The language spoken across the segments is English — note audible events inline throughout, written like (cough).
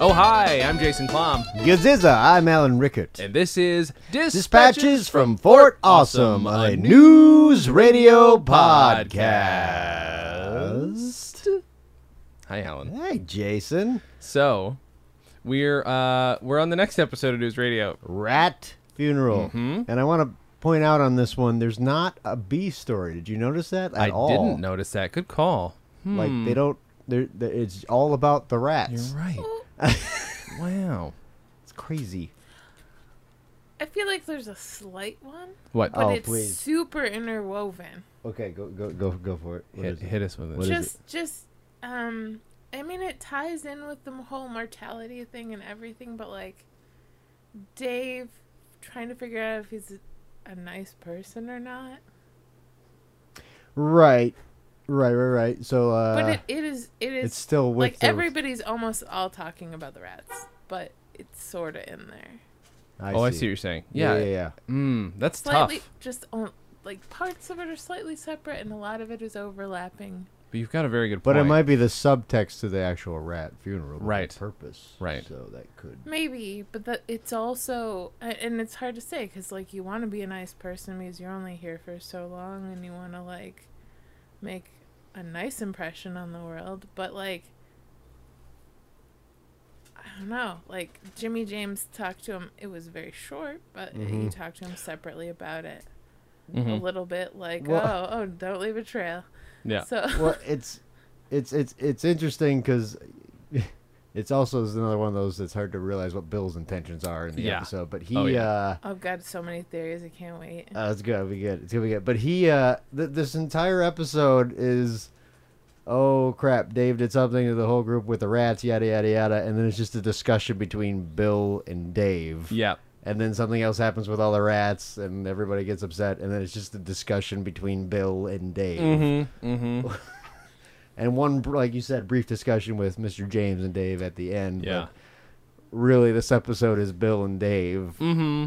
Oh, hi, I'm Jason Klom, Gaziza, I'm Alan Rickards. and this is Dispatches, Dispatches from Fort Awesome, a news radio podcast. Hi, Alan. Hey, Jason. So, we're uh, we're on the next episode of News Radio. Rat funeral. Mm-hmm. And I want to point out on this one, there's not a B story. Did you notice that at I all? didn't notice that. Good call. Like they don't. They're, they're- it's all about the (laughs) rats. You're right. wow. It's crazy. I feel like there's a slight one, What? but Oh, it's please. super interwoven. Okay, go go go go for it. What hit, is it? hit us with What it. is just, just, um, I mean, it ties in with the whole mortality thing and everything, but like, Dave trying to figure out if he's a nice person or not. Right, right, right, right. So, uh, But it, it is, it is it's still with like the- everybody's almost all talking about the rats, but it's sort of in there, I Oh, I see what you're saying. Yeah, Yeah. yeah, yeah. Mm, that's slightly, tough. just on, like parts of it are slightly separate, and a lot of it is overlapping. But you've got a very good But point. it might be the subtext to the actual rat funeral, but the Right. Purpose, Right. So that could. (laughs) Maybe, but that it's also, a- and it's hard to say because like you want to be a nice person because you're only here for so long, and you want to like make a nice impression on the world, but like I don't know, like Jimmy James talked to him. It was very short, but Mm-hmm. he talked to him separately about it a Mm-hmm. little bit, like Well- oh, oh, don't leave a trail. Yeah. So (laughs) Well, it's it's it's it's interesting because (laughs) it's also is another one of those that's hard to realize what Bill's intentions are in the Yeah. episode. But he, Oh, yeah. uh, I've got so many theories. I can't wait. Uh, it's gonna be good. It's gonna be good. But he, uh, th- this entire episode is, oh crap, Dave did something to the whole group with the rats, yada yada yada, and then it's just a discussion between Bill and Dave. yeah. And then something else happens with all the rats, and everybody gets upset, and then it's just a discussion between Bill and Dave, Mm-hmm. Mm-hmm. and one, br- like you said, brief discussion with Mr. James and Dave at the end. but Yeah. really, this episode is Bill and Dave Mm-hmm.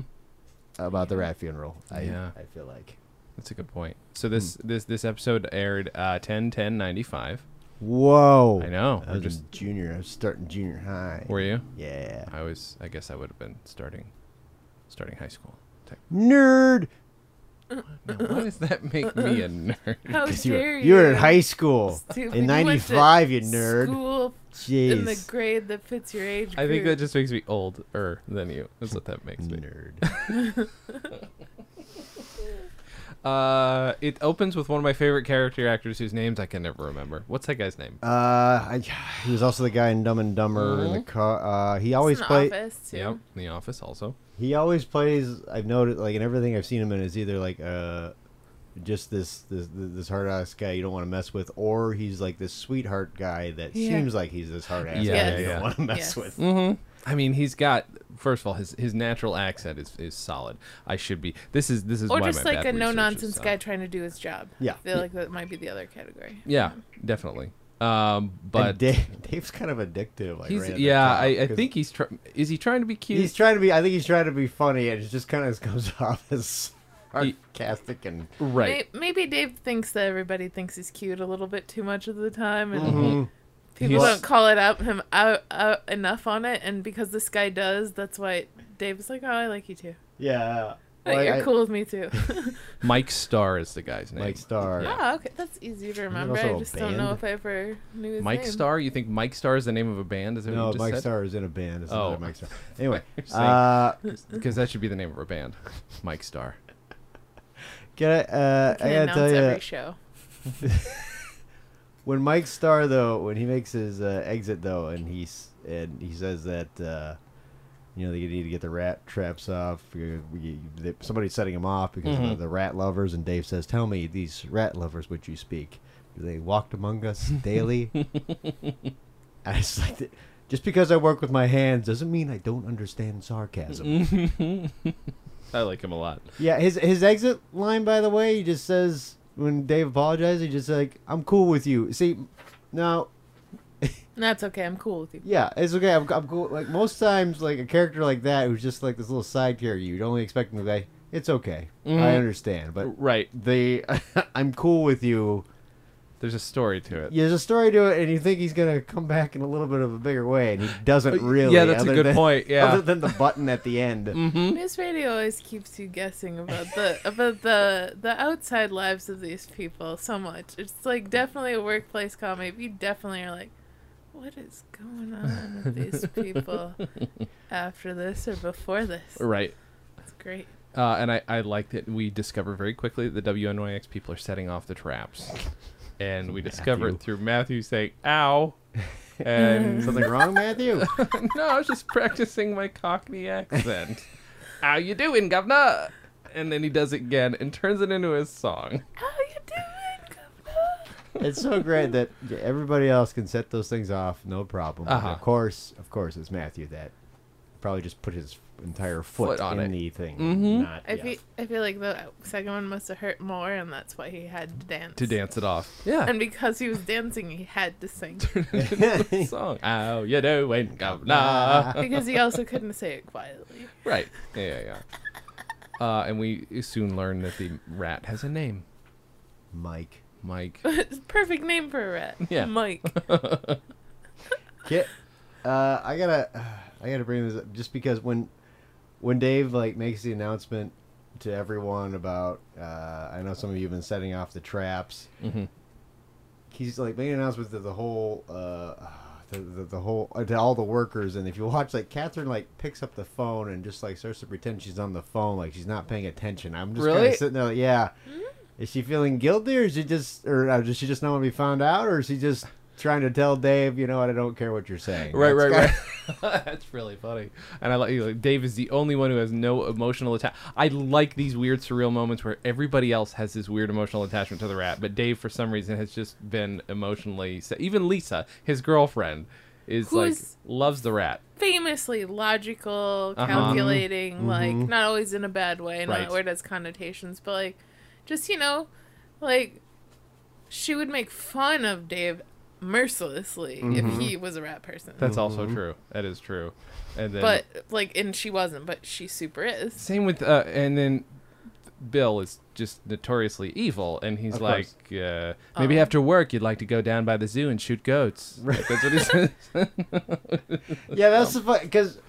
about the rat funeral. I, Yeah. I feel like. That's a good point. So this Hmm. this this episode aired uh, 10 10 95. Whoa. I know. Oh, I We're was just just junior. I was starting junior high. were you? yeah. I was. I guess I would have been starting, starting high school. (laughs) Type. Nerd. Now, why does that make me a nerd? (laughs) How You dare were, you? you were in high school Stupid. in You went to '95. You nerd. School in the Jeez. grade that fits your age. I think that group. just makes me older than you. That's what that makes Mm. me. Nerd. Uh, it opens with one of my favorite character actors whose names I can never remember. What's that guy's name? Uh, I, he was also the guy in Dumb and Dumber in the Mm-hmm. car. Uh, he always It's an play. office, too. Yep, The Office also. He always plays. I've noticed, like in everything I've seen him in, is either like uh, just this this this hard ass guy you don't want to mess with, or he's like this sweetheart guy that Yeah. seems like he's this hard ass Yeah, guy yeah, you yeah. don't want to mess Yes. with. I mean, he's got. First of all, his his natural accent is, is solid. I should be. This is this is Or why just my like bad a research is no nonsense solid. guy trying to do his job. Yeah. I feel like that might be the other category. Yeah, definitely. Um, But but Dave, (laughs) Dave's kind of addictive. Like, he's right at the yeah. top, I, I 'cause think he's tr- is he trying to be cute? he's trying to be. I think he's trying to be funny, and it just (laughs) kind of comes off as He- sarcastic (laughs) and right. May- Maybe Dave thinks that everybody thinks he's cute a little bit too much of the time, and people Mm-hmm. He's- don't call it out him out, out enough on it. And because this guy does, that's why Dave's like, "Oh, I like you too. yeah. Like, Like, you're I- cool with me too." Mike Starr is the guy's name. Mike Starr. (laughs) (laughs) Yeah. oh, okay, that's easy to remember. also I a just don't know band? if I ever knew his Mike name. Starr? You think Mike Starr is the name of a band? Is that No, what you just Mike said? (laughs) Starr is in a band. It's Oh. another Mike Starr. (laughs) Anyway, You're saying- uh, Because that should be the name of a band. Mike Starr. can I, uh, Can I gotta announce tell you, every show. when Mike Starr though, when he makes his uh, exit though, and he's and he says that uh, You know, they need to get the rat traps off. You- you- they- Somebody's setting them off because of the- the rat lovers. And Dave says, Tell me, these rat lovers which you speak, do they walked among us daily? and I just like, to- just because I work with my hands doesn't mean I don't understand sarcasm. I like him a lot. yeah, his, his exit line, by the way, he just says, when Dave apologizes, he just like, I'm cool with you. See, now, That's okay. I'm cool with you. Yeah, it's okay. I'm, I'm cool. Like most times, like a character like that who's just like this little side character, you'd only expect them to be. It's okay. Mm-hmm. I understand, but Right. the (laughs) I'm cool with you. There's a story to it. There's a story to it, and you think he's gonna come back in a little bit of a bigger way, and he doesn't really. Oh, yeah, that's a other good than- (laughs) point, yeah. Mm-hmm. other than the button at the end. News radio always keeps you guessing about the about the the outside lives of these people so much. It's like definitely a workplace comedy. but You definitely are like, what is going on with these people after this or before this? Right. It's great. Uh, and I, I like that we discover very quickly that the WNYX people are setting off the traps. And we discover it Matthew. through Matthew saying, (laughs) ow. And Something (laughs) wrong, Matthew? no, I was just practicing my Cockney accent. How you doing, governor? And then he does it again and turns it into his song. How you doing, Governor? it's so great that yeah, everybody else can set those things off, no problem. Uh-huh. Of course, of course, it's Matthew that probably just put his entire foot, Foot on in it. Mm-hmm. the thing. Not, I yeah. feel I feel like the second one must have hurt more, and that's why he had to dance. To dance it off. (laughs) (laughs) Yeah. And because he was dancing, he had to sing. (laughs) song. How you doing, (laughs) governor? because he also couldn't say it quietly. (laughs) Right. Yeah, yeah, yeah. Uh, and we soon learn that the rat has a name, Mike. Mike. It's a perfect name for a rat. Yeah. Mike. Ki- uh, I gotta, I gotta bring this up just because when, when Dave like makes the announcement to everyone about, uh, I know some of you have been setting off the traps. Mhm. He's like making an announcement to the whole, uh, the, the, the whole uh, to all the workers, and if you watch, like Catherine like picks up the phone and just like starts to pretend she's on the phone, like she's not paying attention. I'm just kind Really? Mm-hmm. of sitting there, like, yeah. Is she feeling guilty, or is she just, or uh, does she just not want to be found out, or is she just trying to tell Dave, you know what, I don't care what you're saying? Right, That's right, kinda- right. (laughs) That's really funny. And I like, you like Dave is the only one who has no emotional attach. I like these weird surreal moments where everybody else has this weird emotional attachment to the rat, but Dave for some reason has just been emotionally sa- even Lisa, his girlfriend, is Who like is- loves the rat. Famously logical, Uh-huh. calculating, like not always in a bad way, not Right. where it has connotations, but like just, you know, like she would make fun of Dave mercilessly if he was a rat person. Mm-hmm. That's also true. That is true. And then but like and she wasn't, but she super is. same with uh, and then Bill is just notoriously evil, and he's Of like, course. uh, maybe after work you'd like to go down by the zoo and shoot goats. Right. That's what he (laughs) says. (laughs) Yeah, that's the fun because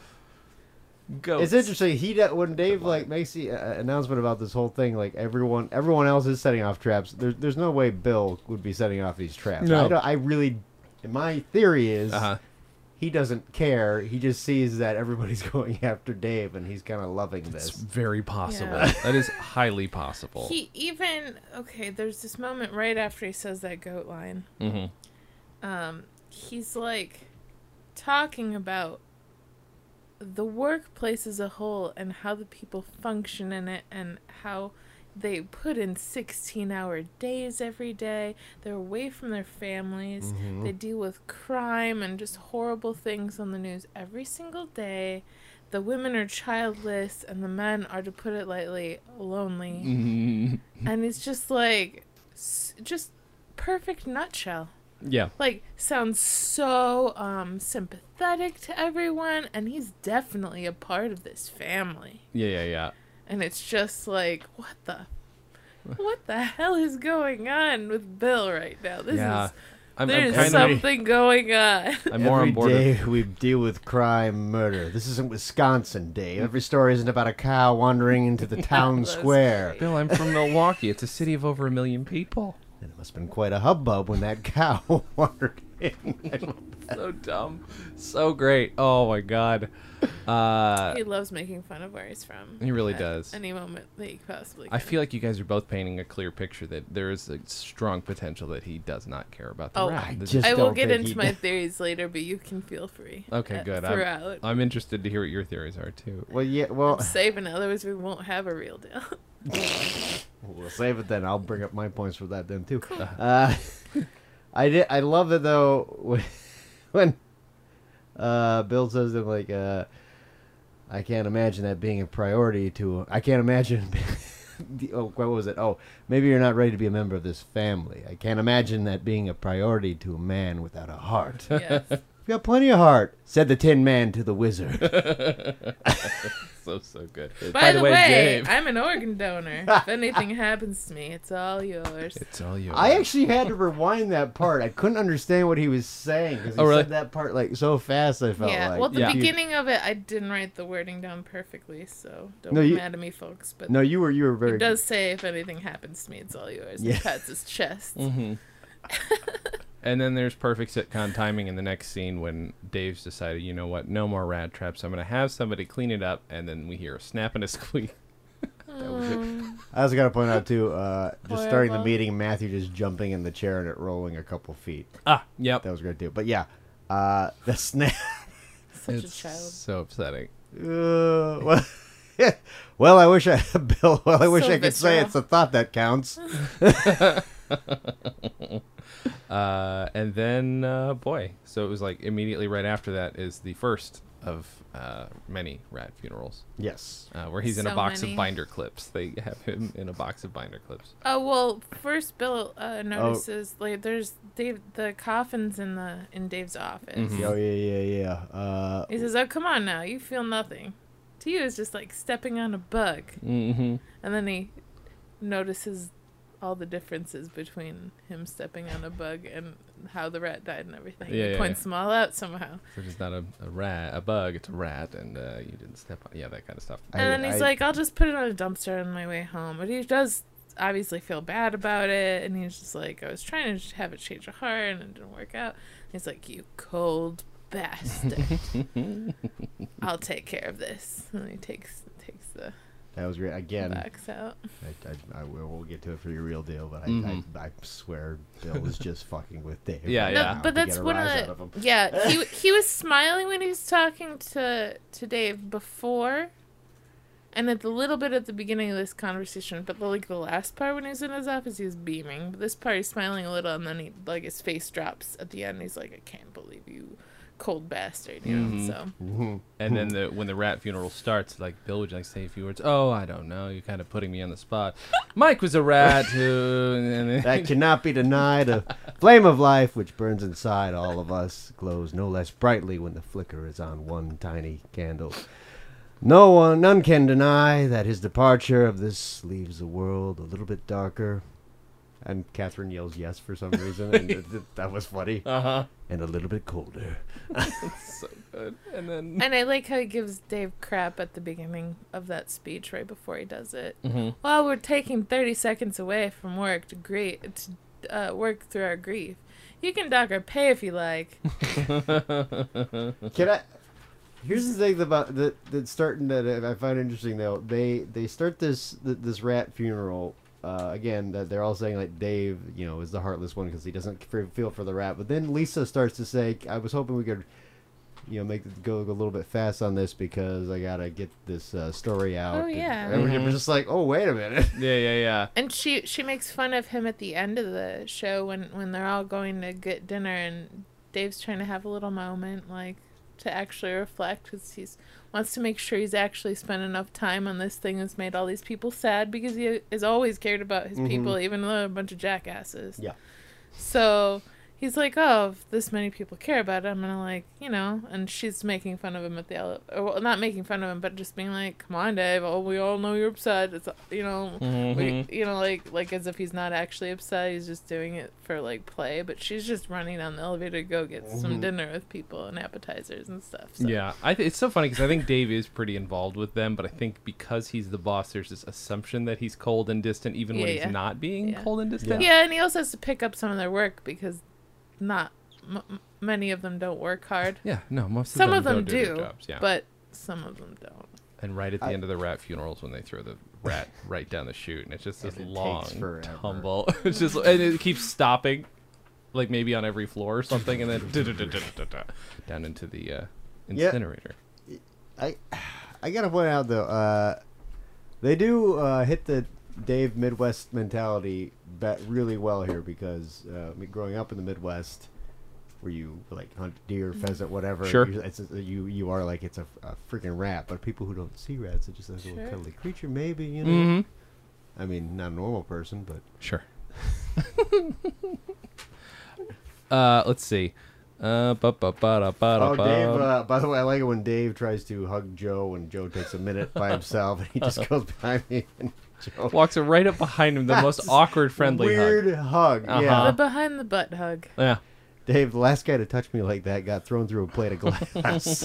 goats. it's interesting. He da- when Dave like makes the uh, announcement about this whole thing, like everyone everyone else is setting off traps. There's there's no way Bill would be setting off these traps. No. I, don't- I really, my theory is Uh-huh. he doesn't care. He just sees that everybody's (laughs) going after Dave, and he's kind of loving It's this. very possible. Yeah. That is highly possible. He even okay. There's this moment right after he says that goat line. Mhm. Um, he's like talking about the workplace as a whole and how the people function in it and how they put in 16 hour days every day they're away from their families Mm-hmm. Mm-hmm. they deal with crime and just horrible things on the news every single day the women are childless and the men are to put it lightly lonely Mhm. and it's just like s- just perfect nutshell Yeah. like sounds so um sympathetic to everyone and he's definitely a part of this family Yeah. Yeah. Yeah. and it's just like what (laughs) the what the hell is going on with bill right now this yeah. is I'm, I'm there's kind of. something going on (laughs) I'm more on Every board. with- day we deal with crime, murder. This isn't Wisconsin, Dave. Every story isn't about a cow wandering into (laughs) the town That's square. great. Bill, I'm from Milwaukee. It's a city of over a million people. And it must have been quite a hubbub when that (laughs) cow wandered so dumb, so great. Oh my god. Uh, He loves making fun of where he's from. He really at does. Any moment that he possibly. Can. I feel like you guys are both painting a clear picture that there is a strong potential that he does not care about the Oh, rat. I This- just I will don't get think into (laughs) he- my theories later, but you can feel free. okay, uh, good. I'm, Throughout, I'm interested to hear what your theories are too. (laughs) Well, yeah. Well, saving. it, Otherwise, we won't have a (laughs) real deal. (laughs) we'll save it then. I'll bring up my points for that then too. Uh, (laughs) I did. I love it though when (laughs) uh, Bill says that like uh, I can't imagine that being a priority to. I can't imagine. (laughs) the, oh, what was it? Oh, maybe you're not ready to be a member of this family. I can't imagine that being a priority to a man without a heart. (laughs) You yes. got plenty of heart," said the Tin Man to the Wizard. So so good. By, the, way, I'm an (laughs) organ donor. if anything happens to me, it's all yours. it's all you. I actually had to rewind that part. I couldn't understand what he was saying because he Oh, really? said that part like so fast. I felt yeah. like well, at the Yeah. beginning of it, I didn't write the wording down perfectly, so don't No, be you- mad at me, folks. But No, you were you were very. it does say, if anything happens to me, it's all yours. Yeah. He pats (laughs) his chest. (laughs) And then there's perfect sitcom timing in the next scene when Dave's decided, you know what, no more rat traps. I'm gonna have somebody clean it up, and then we hear a snap and a (laughs) squeak. Oh, I also got to point out too, uh, just starting the Horrible. meeting, Matthew just jumping in the chair and it rolling a couple feet. Ah, yep. That was great too. But yeah, uh, the snap. Such it's a child. so upsetting. Uh, (laughs) well, (laughs) well, I wish I, (laughs) Bill. Well, I wish So I could say visceral. it's a thought that (laughs) counts. Uh, and then, uh, boy, so it was like immediately right after that is the first of uh, many rat funerals, Yes. uh, where he's in a So box many. of binder clips. They have him in a box of binder clips. Oh well, first Bill Oh. uh, notices like there's Dave the coffins in the in Dave's office. Oh yeah, yeah, yeah. Uh, He says, "Oh come on now, you feel nothing." To you, it's just like stepping on a bug. Mm-hmm. And then he notices all the differences between him stepping on a bug and how the rat died and everything. Yeah, he yeah, points yeah. them all out somehow. So it's not a, a rat, a bug. It's a rat, and uh, you didn't step on. Yeah, that kind of stuff. I- and then he's like, I'll just put it on a dumpster on my way home. But he does obviously feel bad about it. And he's just like, I was trying to just have a change of heart and it didn't work out. And he's like, You cold (laughs) bastard. (laughs) I'll take care of this. And he takes takes the that was great. Again, box out. I, I, I will we'll get to it for your real deal, but I, Mhm. I, I swear Bill is just (laughs) fucking with Dave. Yeah, right yeah. now No, but to that's get a one rise of out the him. yeah. (laughs) He he was smiling when he was talking to to Dave before, and at the little bit at the beginning of this conversation. But the, like the last part when he was in his office, he was beaming. But this part, he's smiling a little, and then he like his face drops at the end. He's like, "I can't believe you, cold bastard." You Mm-hmm. know. So And then the, when the rat funeral starts, like Bill would like say a few words. Oh, I don't know. You're kind of putting me on the (laughs) spot. Mike was a rat who, and then, (laughs) That cannot be (laughs) denied. A flame of life which burns inside all of us glows no less brightly when the flicker is on one tiny candle. No one, none can deny that his departure of this leaves the world a little bit darker. And Catherine yells yes for some reason, (laughs) and th- th- that was funny. uh-huh. And a little bit colder. so good. And (laughs) then and I like how he gives Dave crap at the beginning of that speech right before he does it. Well, we're taking 30 seconds away from work to grief, to uh, work through our grief. You can dock our pay if you like. Can I? Here's the thing about that that's starting that I find interesting though. They they start this th- this rat funeral uh, again. That they're all saying like Dave, you know, is the heartless one because he doesn't f- feel for the rat. But then Lisa starts to say, "I was hoping we could, you know, make it go a little bit fast on this because I gotta get this uh, story out." Oh, yeah. and we're just like, "Oh wait a minute." yeah, yeah, yeah. And she she makes fun of him at the end of the show when when they're all going to get dinner and Dave's trying to have a little moment like to actually reflect because he's wants to make sure he's actually spent enough time on this thing that's made all these people sad because he has always cared about his people even though they're a bunch of jackasses. Yeah. So he's like, "Oh, if this many people care about it, I'm gonna like, you know." And she's making fun of him at the ele- or well, not making fun of him, but just being like, "Come on, Dave. Oh, we all know you're upset. It's you know, we, Mm-hmm. you know, like like as if he's not actually upset. He's just doing it for like play. But she's just running down the elevator to go get some dinner with people and appetizers and stuff. So. Mm-hmm. Yeah, I th- it's so funny because I think Dave is pretty involved with them, but I think because he's the boss, there's this assumption that he's cold and distant, even when Yeah, he's yeah. not being Yeah. cold and distant. Yeah, and he also has to pick up some of their work because not m- m- many of them don't work hard. Yeah, no, most Some of of them don't do, do, their jobs. Yeah, but some of them don't. and right at the I- end of the rat funerals when they throw the (laughs) rat right down the chute, and it's just this And it takes long forever. tumble. (laughs) it's just and it keeps stopping, like maybe on every floor or something, and then (laughs) da-da-da-da-da-da, down into the uh, Yeah. incinerator. I I gotta point out though, uh, they do uh, hit the Dave Midwest mentality bet really well here because uh, I mean, growing up in the Midwest, where you like hunt deer, pheasant, whatever, Sure. you, it's, you you are like it's a, a freaking rat. But people who don't see rats, it's just like a Sure. little cuddly creature, maybe you hmm know. I mean, not a normal person, but Sure. (laughs) uh, let's see. Uh, ba ba ba da ba da oh, ba. Dave. Uh, by the way, I like it when Dave tries to hug Joe, and Joe takes a minute by himself, and he just goes behind me. And Joe, walks right up behind him, the most (laughs) That's awkward friendly hug. weird hug. Yeah, Uh-huh. The behind the butt hug. Yeah. Dave, the last guy to touch me like that got thrown through a plate of (laughs) glass.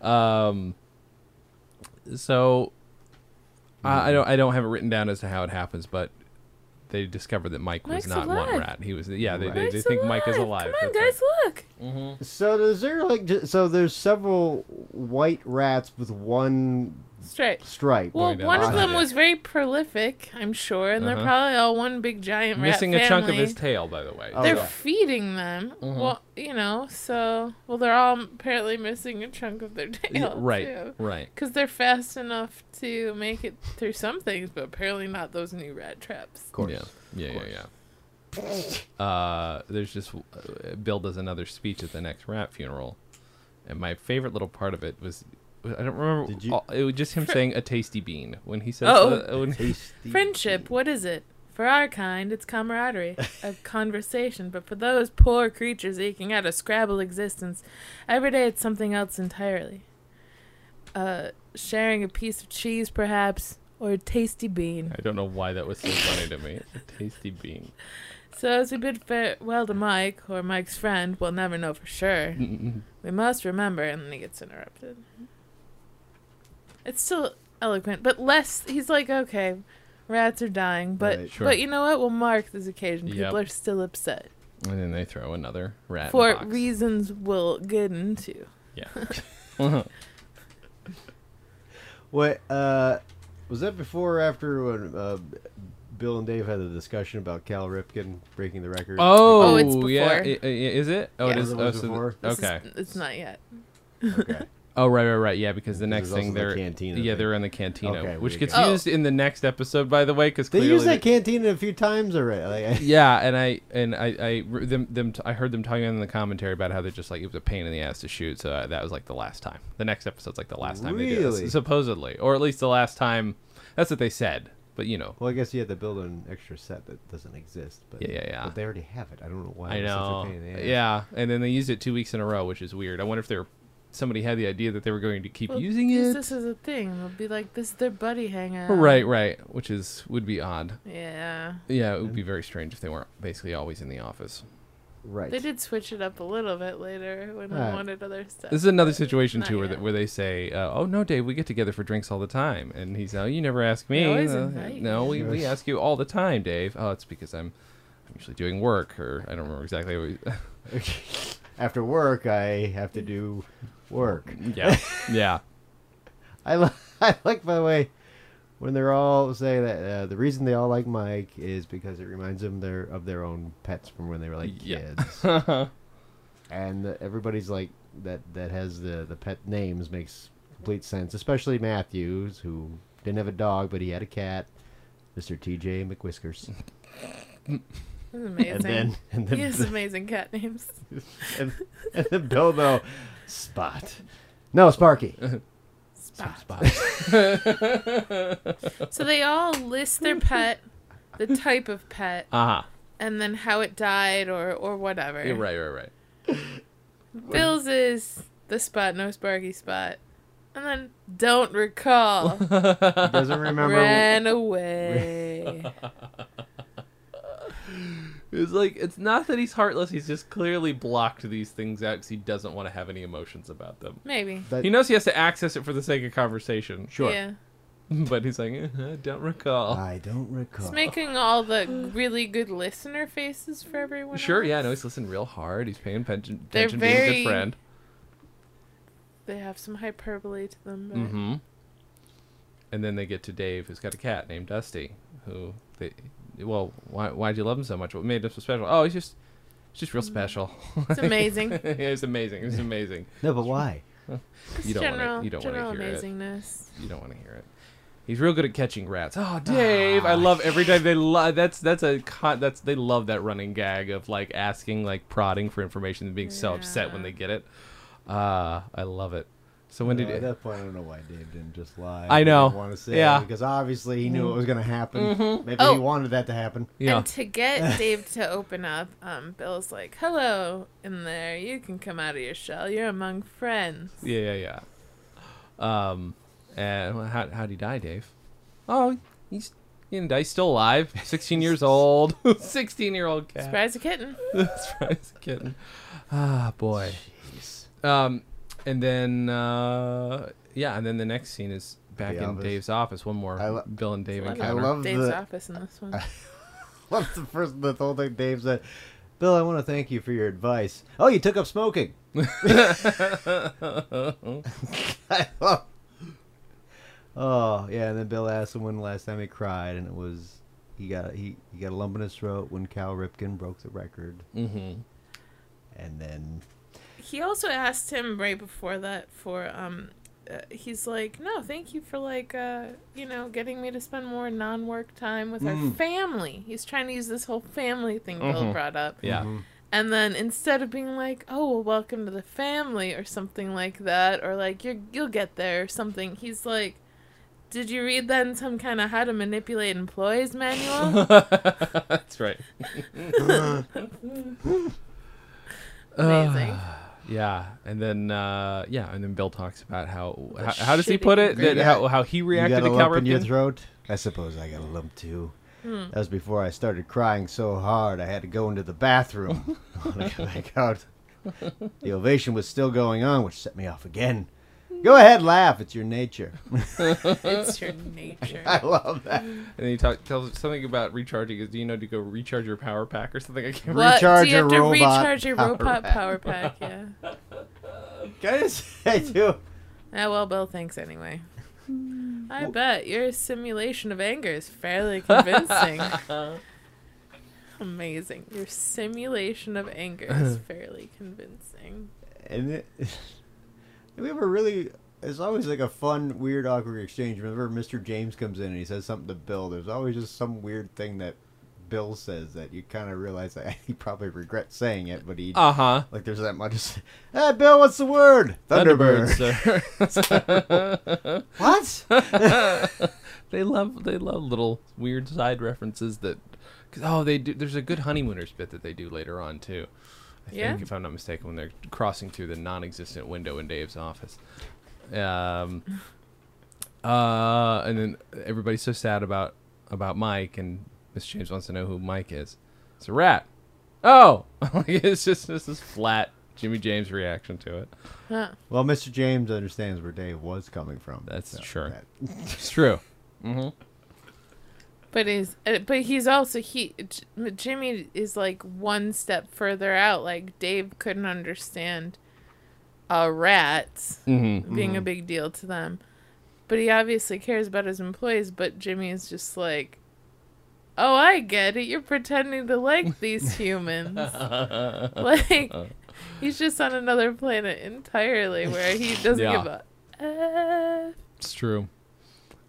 Um, so I, I don't I don't have it written down as to how it happens, but they discovered that Mike Mike's was not one alive. rat. He was yeah. They, they, Mike's they think Mike is alive. alive. Come on, That's right. guys, look. so does there like j- so there's several white rats with one Straight. stripe. Well, down one the of side. them was very prolific, I'm sure, and Uh-huh. they're probably all one big giant rat Missing a chunk of family. his tail, by the way. Oh, They're yeah. feeding them. Mm-hmm. Well, you know, so well they're all apparently missing a chunk of their (laughs) tail. Yeah, right, too. right. Because they're fast enough to make it through some things, but apparently not those new rat traps. course. Yeah, yeah, yeah, yeah. Uh, there's just uh, Bill does another speech at the next rat funeral, and my favorite little part of it was I don't remember. Did you- all- it was just (laughs) him saying a tasty bean when he says Oh. the- when he- Tasty. Friendship, what is it? For our kind, (laughs) it's camaraderie, a conversation, but for those poor creatures eking out a Scrabble existence, every day it's something else entirely. Uh, sharing a piece of cheese, perhaps, or a tasty bean. I don't know why that was so funny to me. A tasty (laughs) bean. So as we bid farewell to Mike, or Mike's friend, we'll never know for sure. We must remember, and then he gets interrupted. It's still eloquent, but less. He's like, okay, rats are dying, but Right. Sure. but you know what? We'll mark this occasion. People Yep. are still upset And then they throw another rat. for in a box. (laughs) reasons we'll get into. yeah. What uh, was that before or after when uh, Bill and Dave had a discussion about Cal Ripken breaking the record? oh, it's before. yeah. i- i- is it? Oh, it Yeah. is. It Oh, was so the- before. This is- okay. it's not yet. (laughs) Okay. Oh, right, right, right. Yeah, because the next there's also thing the they're cantina yeah thing. they're in the cantina, Okay, which there you gets go. Oh. used in the next episode, by the way, because They clearly used they- that canteen a few times already. Like, (laughs) Yeah, and I and I, I r- them them t- I heard them talking in the commentary about how they're just like it was a pain in the ass to shoot, so uh, that was like the last time. The next episode's like the last time they did Really? this, supposedly, or at least the last time. That's what they said, but you know, well, I guess you had to build an extra set that doesn't exist. But Yeah, yeah, yeah. But they already have it. I don't know why. I it was such a know. pain in the ass. Yeah, and then they used it two weeks in a row, which is weird. I wonder if they were, somebody had the idea that they were going to keep Well, using use it. This is a thing. They'll be like, this is their buddy hangout. Right, right, which is would be odd. Yeah. Yeah, it would be very strange if they weren't basically always in the office. Right. (laughs) They did switch it up a little bit later when we Right. wanted other stuff. This is another situation Not too, where, yet. th- where they say, uh, "Oh no, Dave, we get together for drinks all the time," and he's, "Oh, you never ask me." They always Uh, invite no, you. we, we Yes. ask you all the time, Dave. Oh, it's because I'm, I'm usually doing work, or I don't remember exactly. What after work I have to do work. we, (laughs) yeah, (laughs) yeah. I li- (laughs) I like by the way when they're all say that uh, the reason they all like Mike is because it reminds them their of their own pets from when they were like Yeah. kids. and uh, everybody's like that that has the the pet names makes complete sense, especially Matthews who didn't have a dog but he had a cat. Mr. TJ McWhiskers. This (laughs) is amazing. And then and then he has amazing cat names. (laughs) and, and then Bilbo Spot. No, Sparky. Spot. Spot. Uh-huh. So they all list their pet, the type of pet, Uh-huh. and then how it died or or whatever. Yeah, Right, right, right. Bill's is the spot, no sparky spot, and then (laughs) don't recall. Doesn't remember (laughs) Ran away. It's like it's not that he's heartless. He's just clearly blocked these things out because he doesn't want to have any emotions about them. Maybe. that He knows he has to access it for the sake of conversation. Sure. Uh, Yeah. (laughs) but he's like, "Eh, I don't recall. I don't recall. He's making all the really good listener faces for everyone. sure, else. yeah, no, he's listening real hard. He's paying pension, They're attention, being a very- good friend. They have some hyperbole to them. But hmm And then they get to Dave, who's got a cat named Dusty, who they, well, why why'd you love him so much? What made him so special? Oh, he's just, he's just real special. (laughs) Mm. It's amazing. yeah, it's amazing. It's amazing. No, but why? It's You don't wanna- general, you don't wanna general hear it. amazingness. You don't want to hear it. He's real good at catching rats. Ah, Oh, Dave, I love every time they love that's that's a con- that's they love that running gag of like asking like prodding for information and being so upset when Yeah. they get it. Uh, I love it. So when did No, it? at that point, I don't know why Dave didn't just lie. I know. Want to say Yeah. Mm-hmm. it, because obviously he knew it was going to happen. Maybe Oh. he wanted that to happen. yeah. And to get Dave to open up, um, Bill's like, "Hello in there. You can come out of your shell. You're among friends." Yeah, yeah, yeah. Um, and well, how how'd he die, Dave? Oh, he's he didn't die. He's still (laughs) alive. Sixteen years old. (laughs) Sixteen year old cat. Surprise a kitten. (laughs) Surprise kitten. Ah, boy. (laughs) Um, and then uh, yeah, and then the next scene is back The in office. Dave's office. One more I lo- Bill and Dave I love I encounter. love Dave's the office in this one. love the first the whole thing Dave said. Bill, I want to thank you for your advice. Oh, you took up smoking. (laughs) I love. Oh yeah, and then Bill asked him when the last time he cried, and it was he got he, he got a lump in his throat when Cal Ripken broke the record, (laughs) mm-hmm. and then he also asked him right before that for um uh, he's like no thank you for like uh you know getting me to spend more non-work time with our Mm. family he's trying to use this whole family thing bill brought up Mm-hmm. Yeah. and then instead of being like oh well welcome to the family or something like that or like you're, you'll get there or something he's like did you read that in some kind of how to manipulate employees manual (laughs) (laughs) That's right. Uh, amazing Yeah, and then uh, yeah, and then Bill talks about how The how, how does he shitty put it? grade. That, how how he reacted you got to a Cal lump in your Ripken? Hmm. throat. I suppose I got a lump too. That was before I started crying so hard I had to go into (laughs) the bathroom. (laughs) When I got back out, the ovation was still going on, which set me off again. Go ahead, laugh. It's your nature. (laughs) it's your nature I love that. And then he talk, tells something about recharging. Is do you know to go recharge your power pack or something? I can't remember. What? Recharge Do you have your to robot recharge your power robot pack. (laughs) power pack? Yeah. Can (laughs) I just say too? Ah, well, Bill, thanks anyway. I bet your simulation of anger (laughs) is fairly convincing. Amazing. Your simulation of (laughs) anger is fairly convincing. And it, (laughs) we have a really. It's always like a fun, weird, awkward exchange. Whenever Mr. James comes in and he says something to Bill, there's always just some weird thing that Bill says that you kind of realize that (laughs) he probably regrets saying it, but he Uh huh. like there's that much. (laughs) Hey, Bill, what's the word? (laughs) Thunderbird. Thunderbirds. (laughs) what? sir. they love they love little weird side references that. 'cause, oh, they do. There's a good honeymooners bit that they do later on too. I Yeah? think, if I'm not mistaken, when they're crossing through the non-existent window in Dave's office. Um. Uh, and then everybody's so sad about about Mike, and Miss James wants to know who Mike is. It's a rat. Oh, (laughs) Like, it's just this is flat Jimmy James reaction to it. Huh. Well, Mr. James understands where Dave was coming from. That's sure. that- It's true. But is uh, but he's also he J- Jimmy is like one step further out. Like Dave couldn't understand a rat Mm-hmm. (laughs) being a big deal to them, but he obviously cares about his employees. But Jimmy is just like, oh, I get it. You're pretending to like these humans. (laughs) like he's just on another planet entirely where he doesn't Yeah. give a. F. It's true.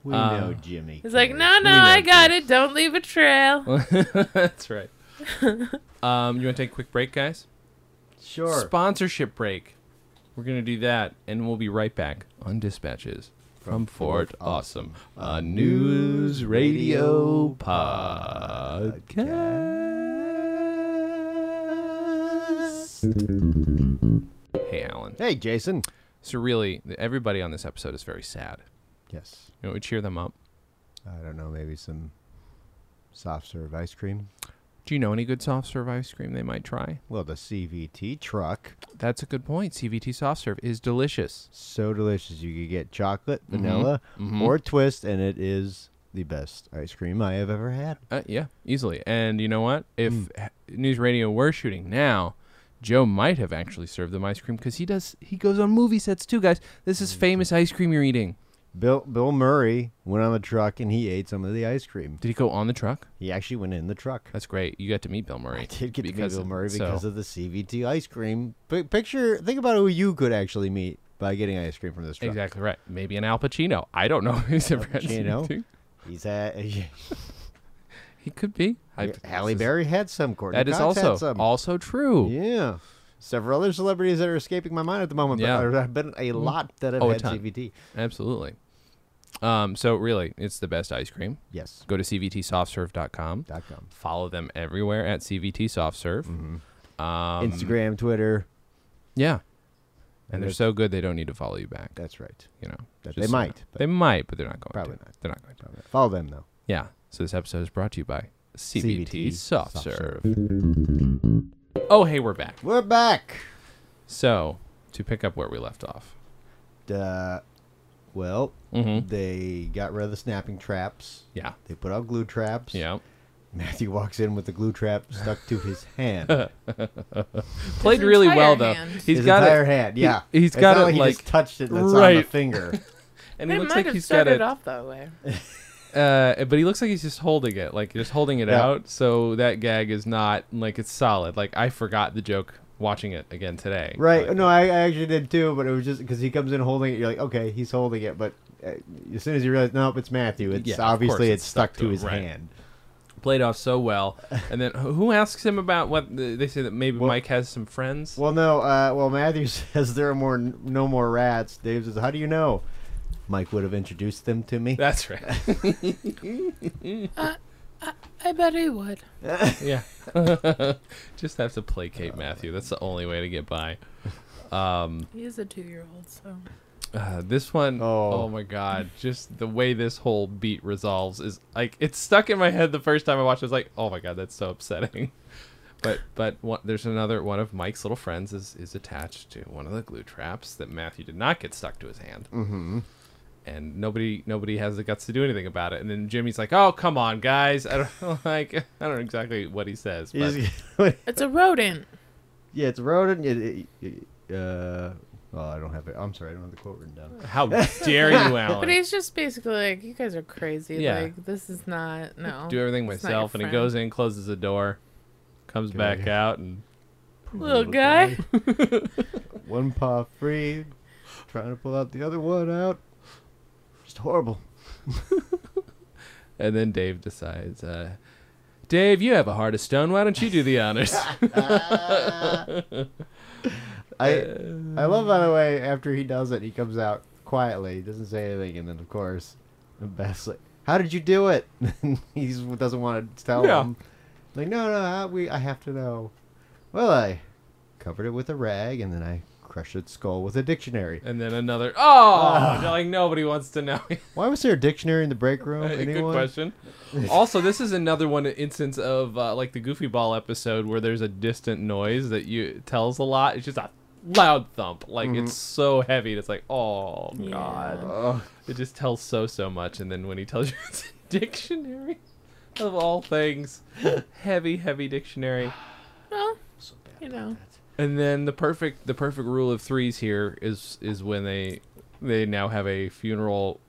we Uh, know Jimmy. He's like, cares. no, We no, know I got Jimmy." it. Don't leave a trail. (laughs) That's right. um, you want to take a quick break, guys? Sure. Sponsorship break. We're gonna do that, and we'll be right back on dispatches from Fort Awesome, a news radio podcast. Hey, Alan. hey, Jason. So really, everybody on this episode is very sad. Yes. You know, we cheer them up. I don't know. Maybe some soft serve ice cream. Do you know any good soft serve ice cream they might try? Well, the CVT truck, That's a good point. CVT soft serve is delicious. so delicious. You could get chocolate, Mm-hmm. vanilla, or twist, and it is the best ice cream I have ever had. Uh, yeah, easily. And you know what? If Hmm. h- News Radio were shooting now, Joe might have actually served them ice cream because he does. He goes on movie sets too, guys. This Mm-hmm. is famous ice cream you're eating. Bill Bill Murray went on the truck and he ate some of the ice cream. Did he go on the truck? He actually went in the truck. (laughs) That's great. You got to meet Bill Murray. I did get to meet because Bill of- Murray so- because of the CVT ice cream. P- picture, think about who you could actually meet by getting ice cream from this truck. Exactly right. Maybe an Al Pacino. I don't know (laughs) if he's ever had Pacino? CVT. He's (laughs) at. He could be. I, Halle this is- Berry had some. Courtney That is Cox had also some. also true. Yeah. Several other celebrities that are escaping my mind at the moment, Yeah. but there have been a lot that have Oh, a had ton. CVT. Absolutely. Um, so really, it's the best ice cream. Yes. Go to cvtsoftserve.com. Dot com. Follow them everywhere at cvtsoftserve. Um, Mm-hmm. Instagram, Twitter. yeah, and they're that's- so good they don't need to follow you back. That's right. You know, That- Just they so- might, but- they might, but they're not going. Probably to. not. They're not going to. Follow them though. Yeah. So this episode is brought to you by CVT, CVT Soft, Soft Serve. Oh, hey, we're back. We're back. So to pick up where we left off. Uh, well, Mhm. they got rid of the snapping traps. Yeah. They put out glue traps. Yeah. Matthew walks in with the glue trap stuck to his hand. Played really entire well though. hand. (laughs) He's his got entire it. hand. Yeah. he- he's It's got not it, like, he like, just touched it. That's on the right. finger. And They he might looks like have he's got started it. off that way. Uh, but he looks like he's just holding it, like just holding it Yeah. out. So that gag is not like it's solid. Like I forgot the joke watching it again today. Right. But- No, I, I actually did too, but it was just because he comes in holding it. You're like, okay, he's holding it, but uh, as soon as you realize, nope, it's Matthew. It's Yeah, of obviously course it's stuck, to him, his right. hand. played off so well. And then who who asks him about what they say that maybe Well- Mike has some friends? Well, no. Uh, well, Matthew (laughs) says there are more, no more rats. Dave says, how do you know? Mike would have introduced them to me. That's (laughs) right. I bet he would. yeah. (laughs) Just have to placate Matthew. That's the only way to get by. He is a two-year-old, so Uh, this one Oh. oh my god! Just the way this whole beat resolves is like it's stuck in my head. The first time I watched, it, I was like, "Oh my god, that's so upsetting." (laughs) But but one, there's another one of Mike's little friends is is attached to one of the glue traps that Matthew did not get stuck to his hand, mm-hmm. and nobody nobody has the guts to do anything about it. And then Jimmy's like, "Oh come on, guys!" I don't (laughs) like I don't know exactly what he says, but He's- (laughs) it's a rodent. yeah, it's rodent. It, it, it, uh, well, I don't have it. I'm sorry, I don't have the quote (laughs) written down. (laughs) how dare you, (laughs) But Alan? he's just basically like, you guys are crazy. Oh. Yeah. Like this is not no. Do everything it's not your myself, and he friend. goes in, closes the door, comes Good. back out, and. Little (laughs) guy. One paw free, trying to pull out the other one out. Just horrible. And then Dave decides, uh, Dave, you have a heart of stone. Why don't you do the honors? (laughs) I I love Mm. by the way after he does it he comes out quietly he doesn't say anything and then of course Beth's like how did you do it (laughs) he doesn't want to tell Yeah. him like no no I, we I have to know well I covered it with a rag and then I crushed its skull with (laughs) a dictionary and then another, oh, like nobody wants to know. (laughs) why was there a dictionary in the break room Good anyone question. also, this is another one instance of uh, like the Goofy Ball episode where there's a distant noise that you tells a lot. It's just a loud thump. Like it's so heavy. It's like, oh Yeah. god. Ugh. It just tells so so much. And then when he tells you (laughs) it's a dictionary of all things, heavy heavy dictionary. Well, you know, And then the perfect the perfect rule of threes here is is when they they now have a funeral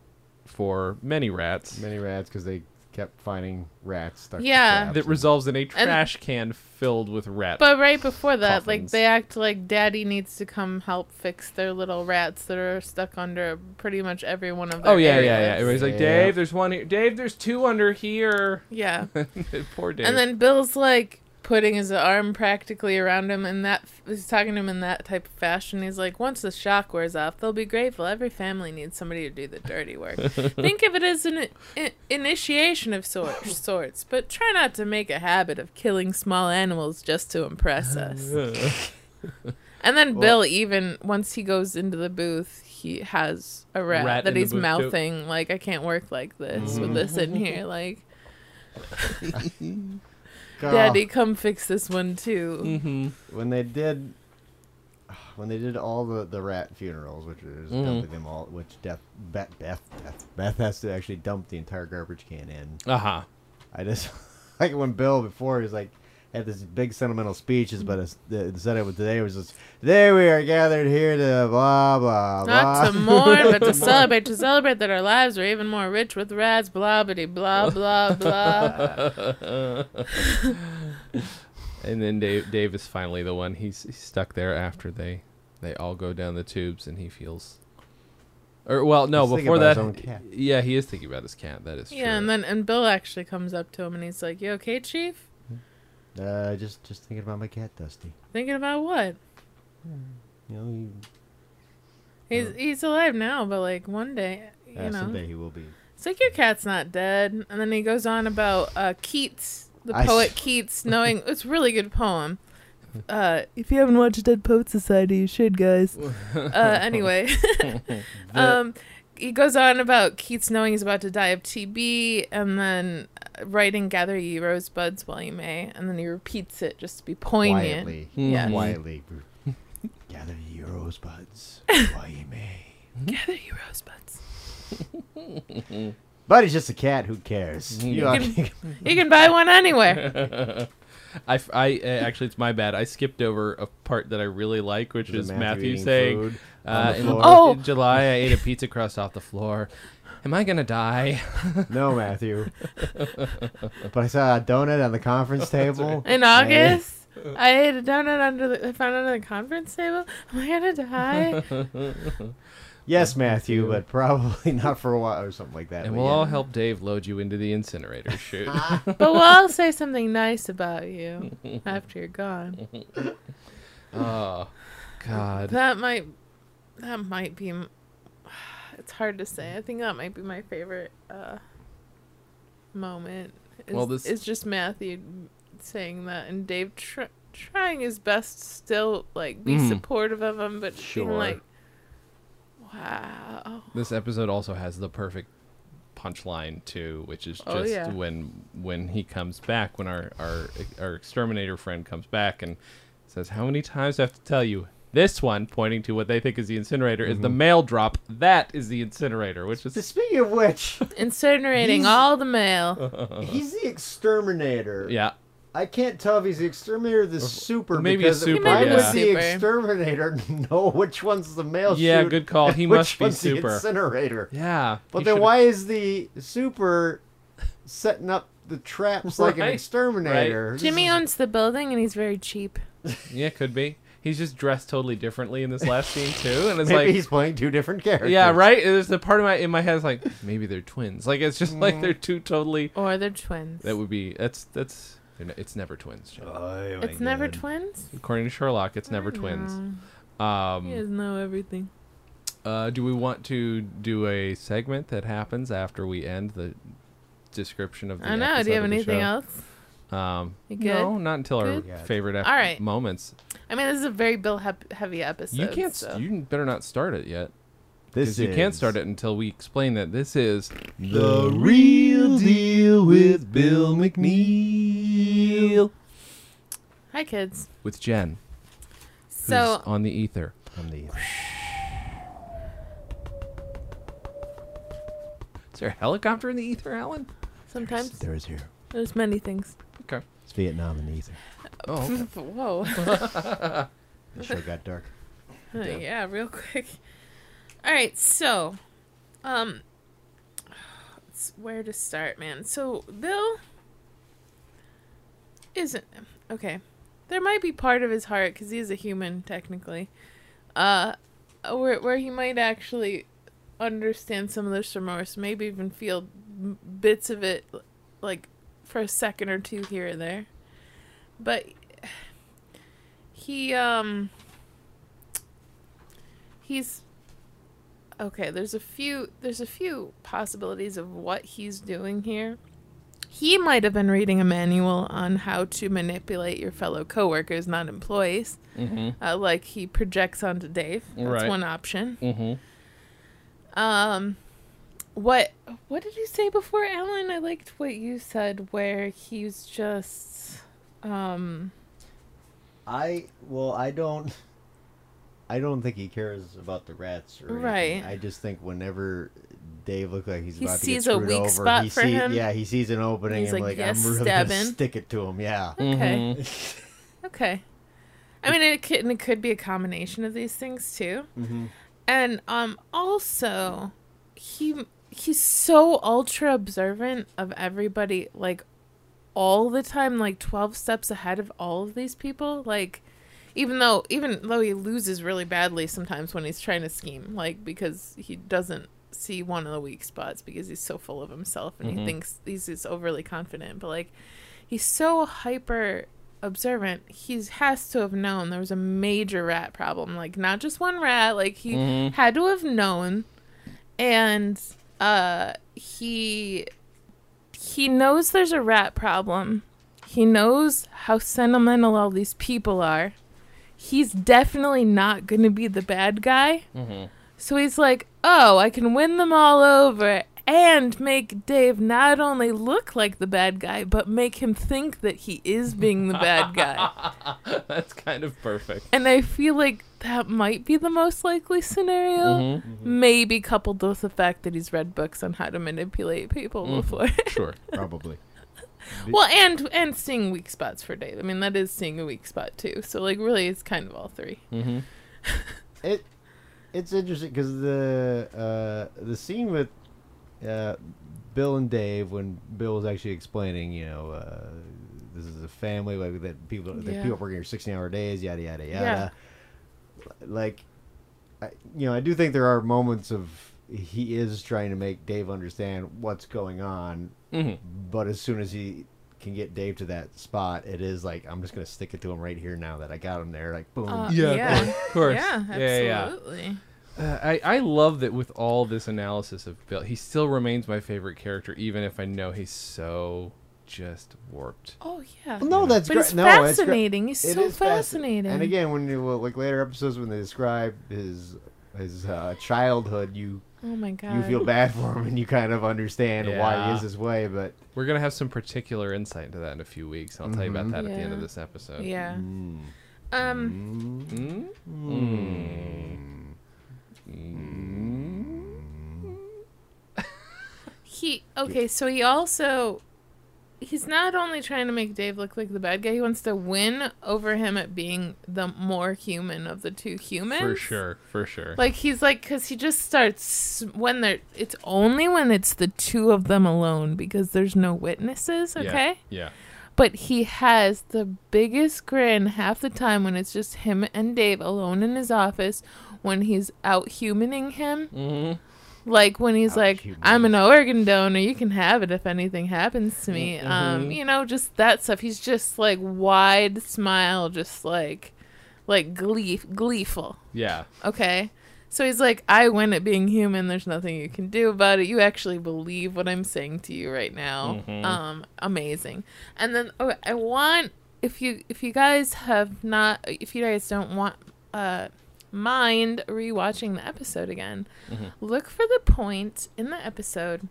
for many rats many rats because they kept finding rats stuck to Yeah. traps that and- resolves in a trash can filled with rat. but right before that, like Coffins. they act like Daddy needs to come help fix their little rats that are stuck under pretty much every one of their. oh yeah, yeah, yeah. areas. Everybody's like, Yeah. Dave, there's one here. Dave, there's two under (laughs) here. (laughs) Yeah. Poor Dave. (laughs) And then Bill's like putting his arm practically around him, and that he's talking to him in that type of fashion. He's like, once the shock wears off, they'll be grateful. Every family needs somebody to do the dirty (laughs) work. Think of it as an i- initiation of sort, sorts, but try not to make a habit of killing small animals just to (laughs) impress us. And then Bill, even once he goes into the booth, he has a rat, Rat in that the he's booth, Mm-hmm. too. mouthing, like, I can't work like this with this in here. Like, God, Daddy, come fix this one too. Mm-hmm. When they did, when they did all the, the rat funerals, which is Mm. Mhm. dumping them all, which Death, Beth, Beth, Beth, Beth has to actually dump the entire garbage can in. Uh huh. I just (laughs) like when Bill before he was like had this big sentimental speeches, but it's- the- instead of today it was just today we are gathered here to blah blah blah. Not to mourn, but to celebrate, to celebrate that our lives were even more rich with rats, blah, bitty, (laughs) blah, blah, blah. And then Dave, Dave is finally the one. He's, he's stuck there after they, they all go down the tubes, and he feels. Or well, no, He's thinking before that, about his own cat. yeah, he is thinking about his cat. That is true. yeah, and then, and Bill actually comes up to him and he's like, You okay, Chief? (laughs) Uh, just just thinking about my cat Dusty. Thinking about what? You know, he, Oh. He's, he's alive now, but like one day, you uh, know. someday he will be. It's like your cat's not dead. And then he goes on about uh, Keats, the I s- poet Keats, knowing it's a really (laughs) good poem. Uh, if you haven't watched Dead Poet Society, you should, guys. (laughs) Uh, anyway, um, he goes on about Keats knowing he's about to die of TB, and then uh, writing "Gather ye rosebuds while you may," and then he repeats it just to be poignant. Quietly, Yes. quietly. (laughs) Gather ye (laughs) rosebuds while ye may. (laughs) Gather ye rosebuds. But he's just a cat. Who cares? (laughs) You ought can- to- You can buy one (laughs) anywhere. I, f- I, uh, actually, it's my bad. I skipped over a part that I really like, which Is is it Matthew, Matthew eating saying, (laughs) food on uh, the in, floor? Oh! in July, I ate a pizza crust off the floor. Am I gonna die?" no, Matthew. but I saw a donut on (laughs) the conference table. In Hey. August, I ate a donut under the I found it under the conference table. Am I gonna (laughs) die? Yes, Matthew, but probably (laughs) not for a while or something like that. and but we'll yeah. all help Dave load you into the incinerator chute. but we'll all say something nice about (laughs) you after you're gone. oh, God. That might, that might be. m- It's hard to say. I think that might be my favorite uh, moment. Is, Well, this- is just Matthew saying that, and Dave tr- trying his best still like be Mm. supportive of him, but Sure. being like, wow. This episode also has the perfect punchline too, which is just Oh, yeah. when when he comes back, when our our our exterminator friend comes back and says, "How many times do I have to tell you?" This one, pointing to what they think is the incinerator, is the mail drop. That is the incinerator, which is Speaking of which, Incinerating He's- all the mail. Uh-huh. he's the exterminator. yeah. I can't tell if he's the exterminator or the super. maybe a because super, Why He might be would the super. exterminator (laughs) know which one's the male? Yeah, chute good call. and He which must be one's the super. incinerator. Yeah. But he then should've- why is the super setting up the traps like an Right, exterminator? This Jimmy is- owns the building and he's very cheap. Yeah, could be. He's just dressed totally differently in this last scene too, and it's (laughs) maybe like he's playing two different characters. Yeah, right. There's the part of my in my head is like maybe they're twins. Like it's just Mm. like they're two totally. Or they're twins. That would be that's that's they're ne- it's never twins. Jim. Oh, my it's never God. twins? According to Sherlock, it's never twins. No. You guys Um, know everything. uh, do we want to do a segment that happens after we end the description of the? I know. Do episode you have of the anything show? else? Um, You good? no, not until Good? our Yeah. favorite ep- All right. moments. I mean, this is a very Bill hep- heavy episode. you can't. So. s You better not start it yet. This Because you can't is start it until we explain that this is The real deal with Bill McNeil. Hi, kids. with Jen, who's So on the ether. From the Is there a helicopter in the ether, Alan? sometimes there is here. there's many things. Okay. It's Vietnam and ether. Oh, okay. (laughs) Whoa. The show got dark. Uh, yeah, real quick. All right, so, um, it's where to start, man? So Bill isn't okay. There might be part of his heart because he's a human technically, uh, where where he might actually understand some of this remorse, maybe even feel m- bits of it, l- like for a second or two here or there, but he um he's okay there's a few there's a few possibilities of what he's doing here he might have been reading a manual on how to manipulate your fellow coworkers not employees Mm-hmm. uh, like he projects onto dave that's Right. one option Mm-hmm. um what what did you say before alan i liked what you said where he's just um I well, I don't. (laughs) I don't think he cares about the rats or anything. Right. I just think whenever Dave looked like he's He about to get sees a screwed weak over, spot he for see- him. yeah, he sees an opening He's and like, like, "Yes, I'm really stab gonna in." stick it to him. Yeah. okay Mhm. okay i mean it could, and it could be a combination of these things too and um also he he's so ultra observant of everybody like all the time like 12 steps ahead of all of these people like even though even though he loses really badly sometimes when he's trying to scheme like because he doesn't see one of the weak spots because he's so full of himself and he thinks he's just overly confident but like he's so hyper observant he has to have known there was a major rat problem like not just one rat like he Mhm. had to have known and uh he he knows there's a rat problem he knows how sentimental all these people are he's definitely not going to be the bad guy Mhm. so he's like oh i can win them all over and make Dave not only look like the bad guy, but make him think that he is being the bad guy. (laughs) That's kind of perfect. And I feel like that might be the most likely scenario. Mhm. mm-hmm. Maybe coupled with the fact that he's read books on how to manipulate people Mhm. before. (laughs) Sure. Probably. well, and and seeing weak spots for Dave. I mean, that is seeing a weak spot too. So like, really, it's kind of all three. Mm-hmm. It it's interesting because the uh, the scene with uh, Bill and Dave when Bill was actually explaining, you know, uh, this is a family like that people that Yeah. people working here sixteen hour days, yada yada Yeah. yada. Like, I, you know, I do think there are moments of he is trying to make Dave understand what's going on, Mm-hmm. but as soon as he can get Dave to that spot, it is like I'm just gonna stick it to him right here now that I got him there. Like boom. Uh, Yeah, yeah. of course. Yeah, Yeah, yeah, yeah. absolutely. Uh, I, I love that with all this analysis of Bill, he still remains my favorite character, even if I know he's so just warped. Oh yeah. Well, no, that's but great. it's no, It's great. fascinating. It's It so is fascin- fascinating. And again, when you well, like later episodes when they describe his his uh, childhood, you oh my god. you feel bad for him and you kind of understand why he Yeah. is this way. But We're gonna have some particular insight into that in a few weeks. and I'll tell you about Mhm. that at the end of Yeah. this episode. Yeah. Mm-hmm. Um. Mm? Hmm. He okay, so he also he's not only trying to make Dave look like the bad guy, he wants to win over him at being the more human of the two humans. For sure, for sure. Like he's like cuz he just starts when they're it's only when it's the two of them alone because there's no witnesses, Yeah, okay? Yeah. But he has the biggest grin half the time when it's just him and Dave alone in his office when he's out humaning him. Mhm. Like when he's Out like, humaning. I'm an organ donor, you can have it if anything happens to Mm-hmm. me. Um, Mhm. you know, just that stuff. He's just like wide smile, just like like glee gleeful. Yeah. Okay. So he's like, I win at being human. There's nothing you can do about it. You actually believe what I'm saying to you right now. Mhm. Um, amazing. And then oh, I want if you if you guys have not if you guys don't want uh mind rewatching the episode again, Mhm. look for the point in the episode.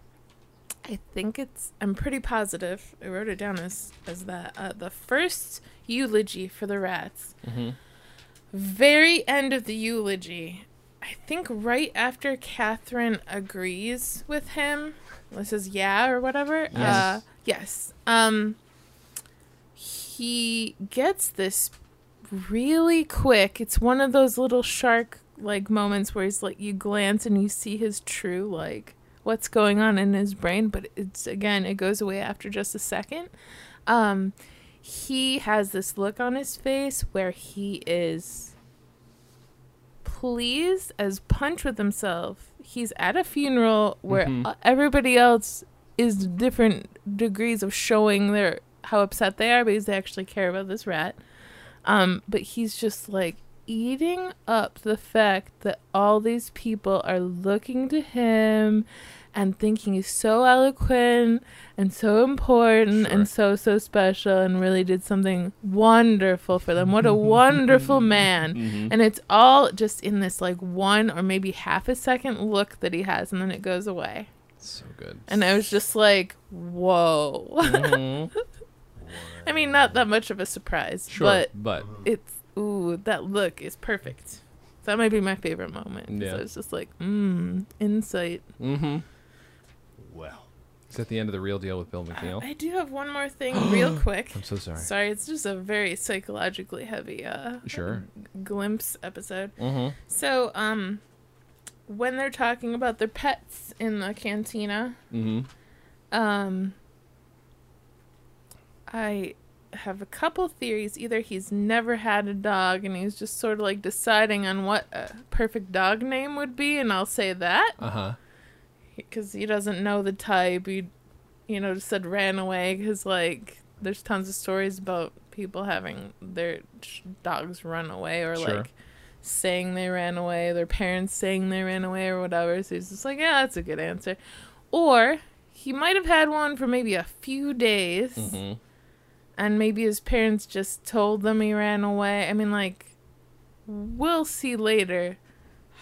I think it's I'm pretty positive. I wrote it down as as that uh, the first eulogy for the rats Mhm. very end of the eulogy, I think right after Catherine agrees with him, this is yeah or whatever. Uh, Yes. yes. Um, he gets this really quick. It's one of those little shark like moments where he's like, you glance and you see his true like what's going on in his brain, but it's again, it goes away after just a second. Um, he has this look on his face where he is pleased as punch with himself. He's at a funeral where Mhm. uh, everybody else is different degrees of showing their how upset they are because they actually care about this rat. Um, but he's just like eating up the fact that all these people are looking to him and thinking he's so eloquent and so important Sure. and so so special and really did something wonderful for them. (laughs) What a wonderful man. Mhm. And it's all just in this like one or maybe half a second look that he has and then it goes away. So good. And I was (laughs) just like, whoa. Mhm. I mean, not that much of a surprise, Sure, but but it's, ooh, that look is perfect. That might be my favorite moment. 'cause Yeah. I was just like, mmm, insight. mm-hmm. Well, It's at the end of the real deal with Bill McNeil. I do have one more (gasps) thing, real quick. I'm so sorry. Sorry, it's just a very psychologically heavy uh, Sure. glimpse episode. Mm-hmm. So, um, when they're talking about their pets in the cantina, Mm-hmm. um, I have a couple theories. Either he's never had a dog and he's just sort of like deciding on what a perfect dog name would be, and I'll say that Uh-huh. because he doesn't know the type. He, you know, just said ran away because like there's tons of stories about people having their sh- dogs run away or Sure. like saying they ran away, their parents saying they ran away or whatever. So he's just like, yeah, that's a good answer. Or he might have had one for maybe a few days, Mm-hmm. and maybe his parents just told them he ran away. I mean, like, we'll see later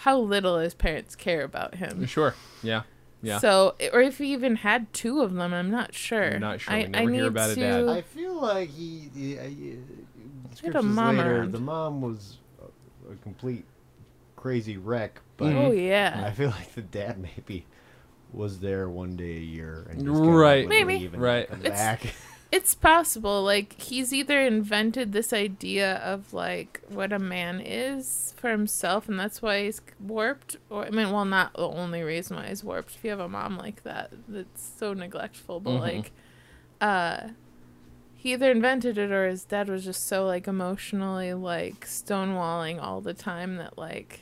how little his parents care about him. Sure. Yeah. Yeah. So, or if he even had two of them, I'm not sure. I'm not sure. I, We never I hear need about a to. dad. I feel like he. he, I- he descriptions mom later, around. the mom was a, a complete crazy wreck, but Oh I yeah. feel like the dad maybe was there one day a year and Right. Maybe. Right. come It's- (laughs) back. It's possible. Like he's either invented this idea of like what a man is for himself, and that's why he's warped. Or I mean, well, not the only reason why he's warped. If you have a mom like that, that's so neglectful. But Mhm. like, uh, he either invented it or his dad was just so like emotionally like stonewalling all the time that like,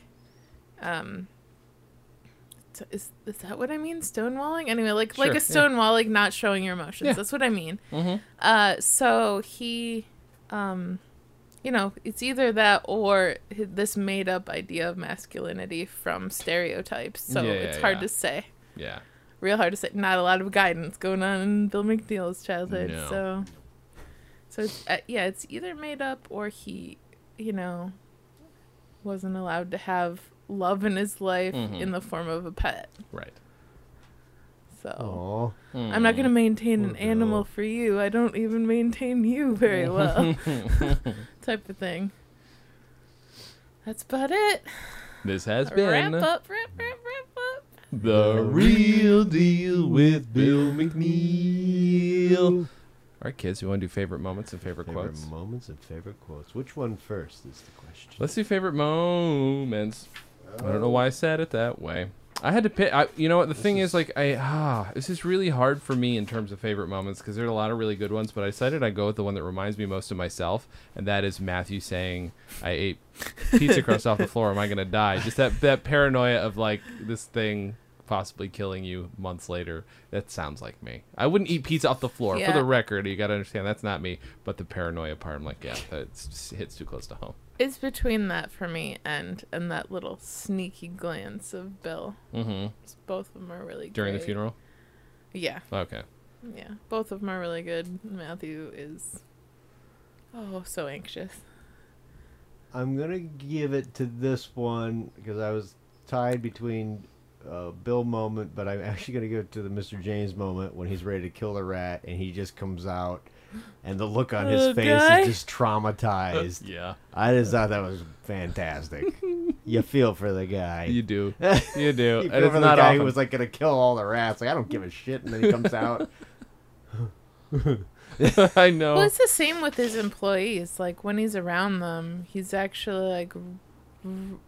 um. t- Is, is that what I mean? Stonewalling? Anyway, like like Sure, a yeah. stonewall, like not showing your emotions. Yeah. That's what I mean. Mm-hmm. Uh, so he, um, you know, it's either that or hi- this made up idea of masculinity from stereotypes. So Yeah, yeah, it's hard yeah. to say. Yeah. Real hard to say. Not a lot of guidance going on in Bill McNeil's childhood. No. So, so it's, uh, yeah, it's either made up or he, you know, wasn't allowed to have love in his life Mhm. in the form of a pet. Right. So. Aw. Mm. I'm not going to Oh, maintain an Poor animal girl. for you. I don't even maintain you very (laughs) well. (laughs) type of thing. That's about it. This has Wrap been uh, up, wrap, wrap, wrap up. the real deal with Bill McNeil. All right, kids, you want to do favorite moments and favorite, Favorite quotes? moments and favorite quotes. Which one first is the question? Let's do favorite moments. I don't know why I said it that way. I had to pick. I, you know what? The thing is, is- like, I ah, this is really hard for me in terms of favorite moments because there are a lot of really good ones. But I decided I go with the one that reminds me most of myself, and that is Matthew saying, "I ate pizza crust off the floor. Am I gonna die?" Just that that paranoia of like this thing possibly killing you months later. That sounds like me. I wouldn't eat pizza off the floor. For Yeah. the record, you gotta understand that's not me. But the paranoia part, I'm like, yeah, that s- hits too close to home. It's between that for me and and that little sneaky glance of Bill. Mm-hmm. Both of them are really good. During the funeral. Yeah, Okay. yeah. Both of them are really good. Matthew is oh so anxious. I'm gonna give it to this one because I was tied between uh, Bill moment, but I'm actually gonna give it to the Mr. James moment when he's ready to kill the rat and he just comes out, and the look on his Little face guy. is just traumatized. Yeah. I just thought that was (laughs) fantastic. you feel for the guy. You do. You do. (laughs) You and it's feel for the not guy often. (laughs) who was like gonna kill all the rats. Like I don't give a shit, and then he comes out. I know. Well, it's the same with his employees. Like when he's around them, he's actually like r- r-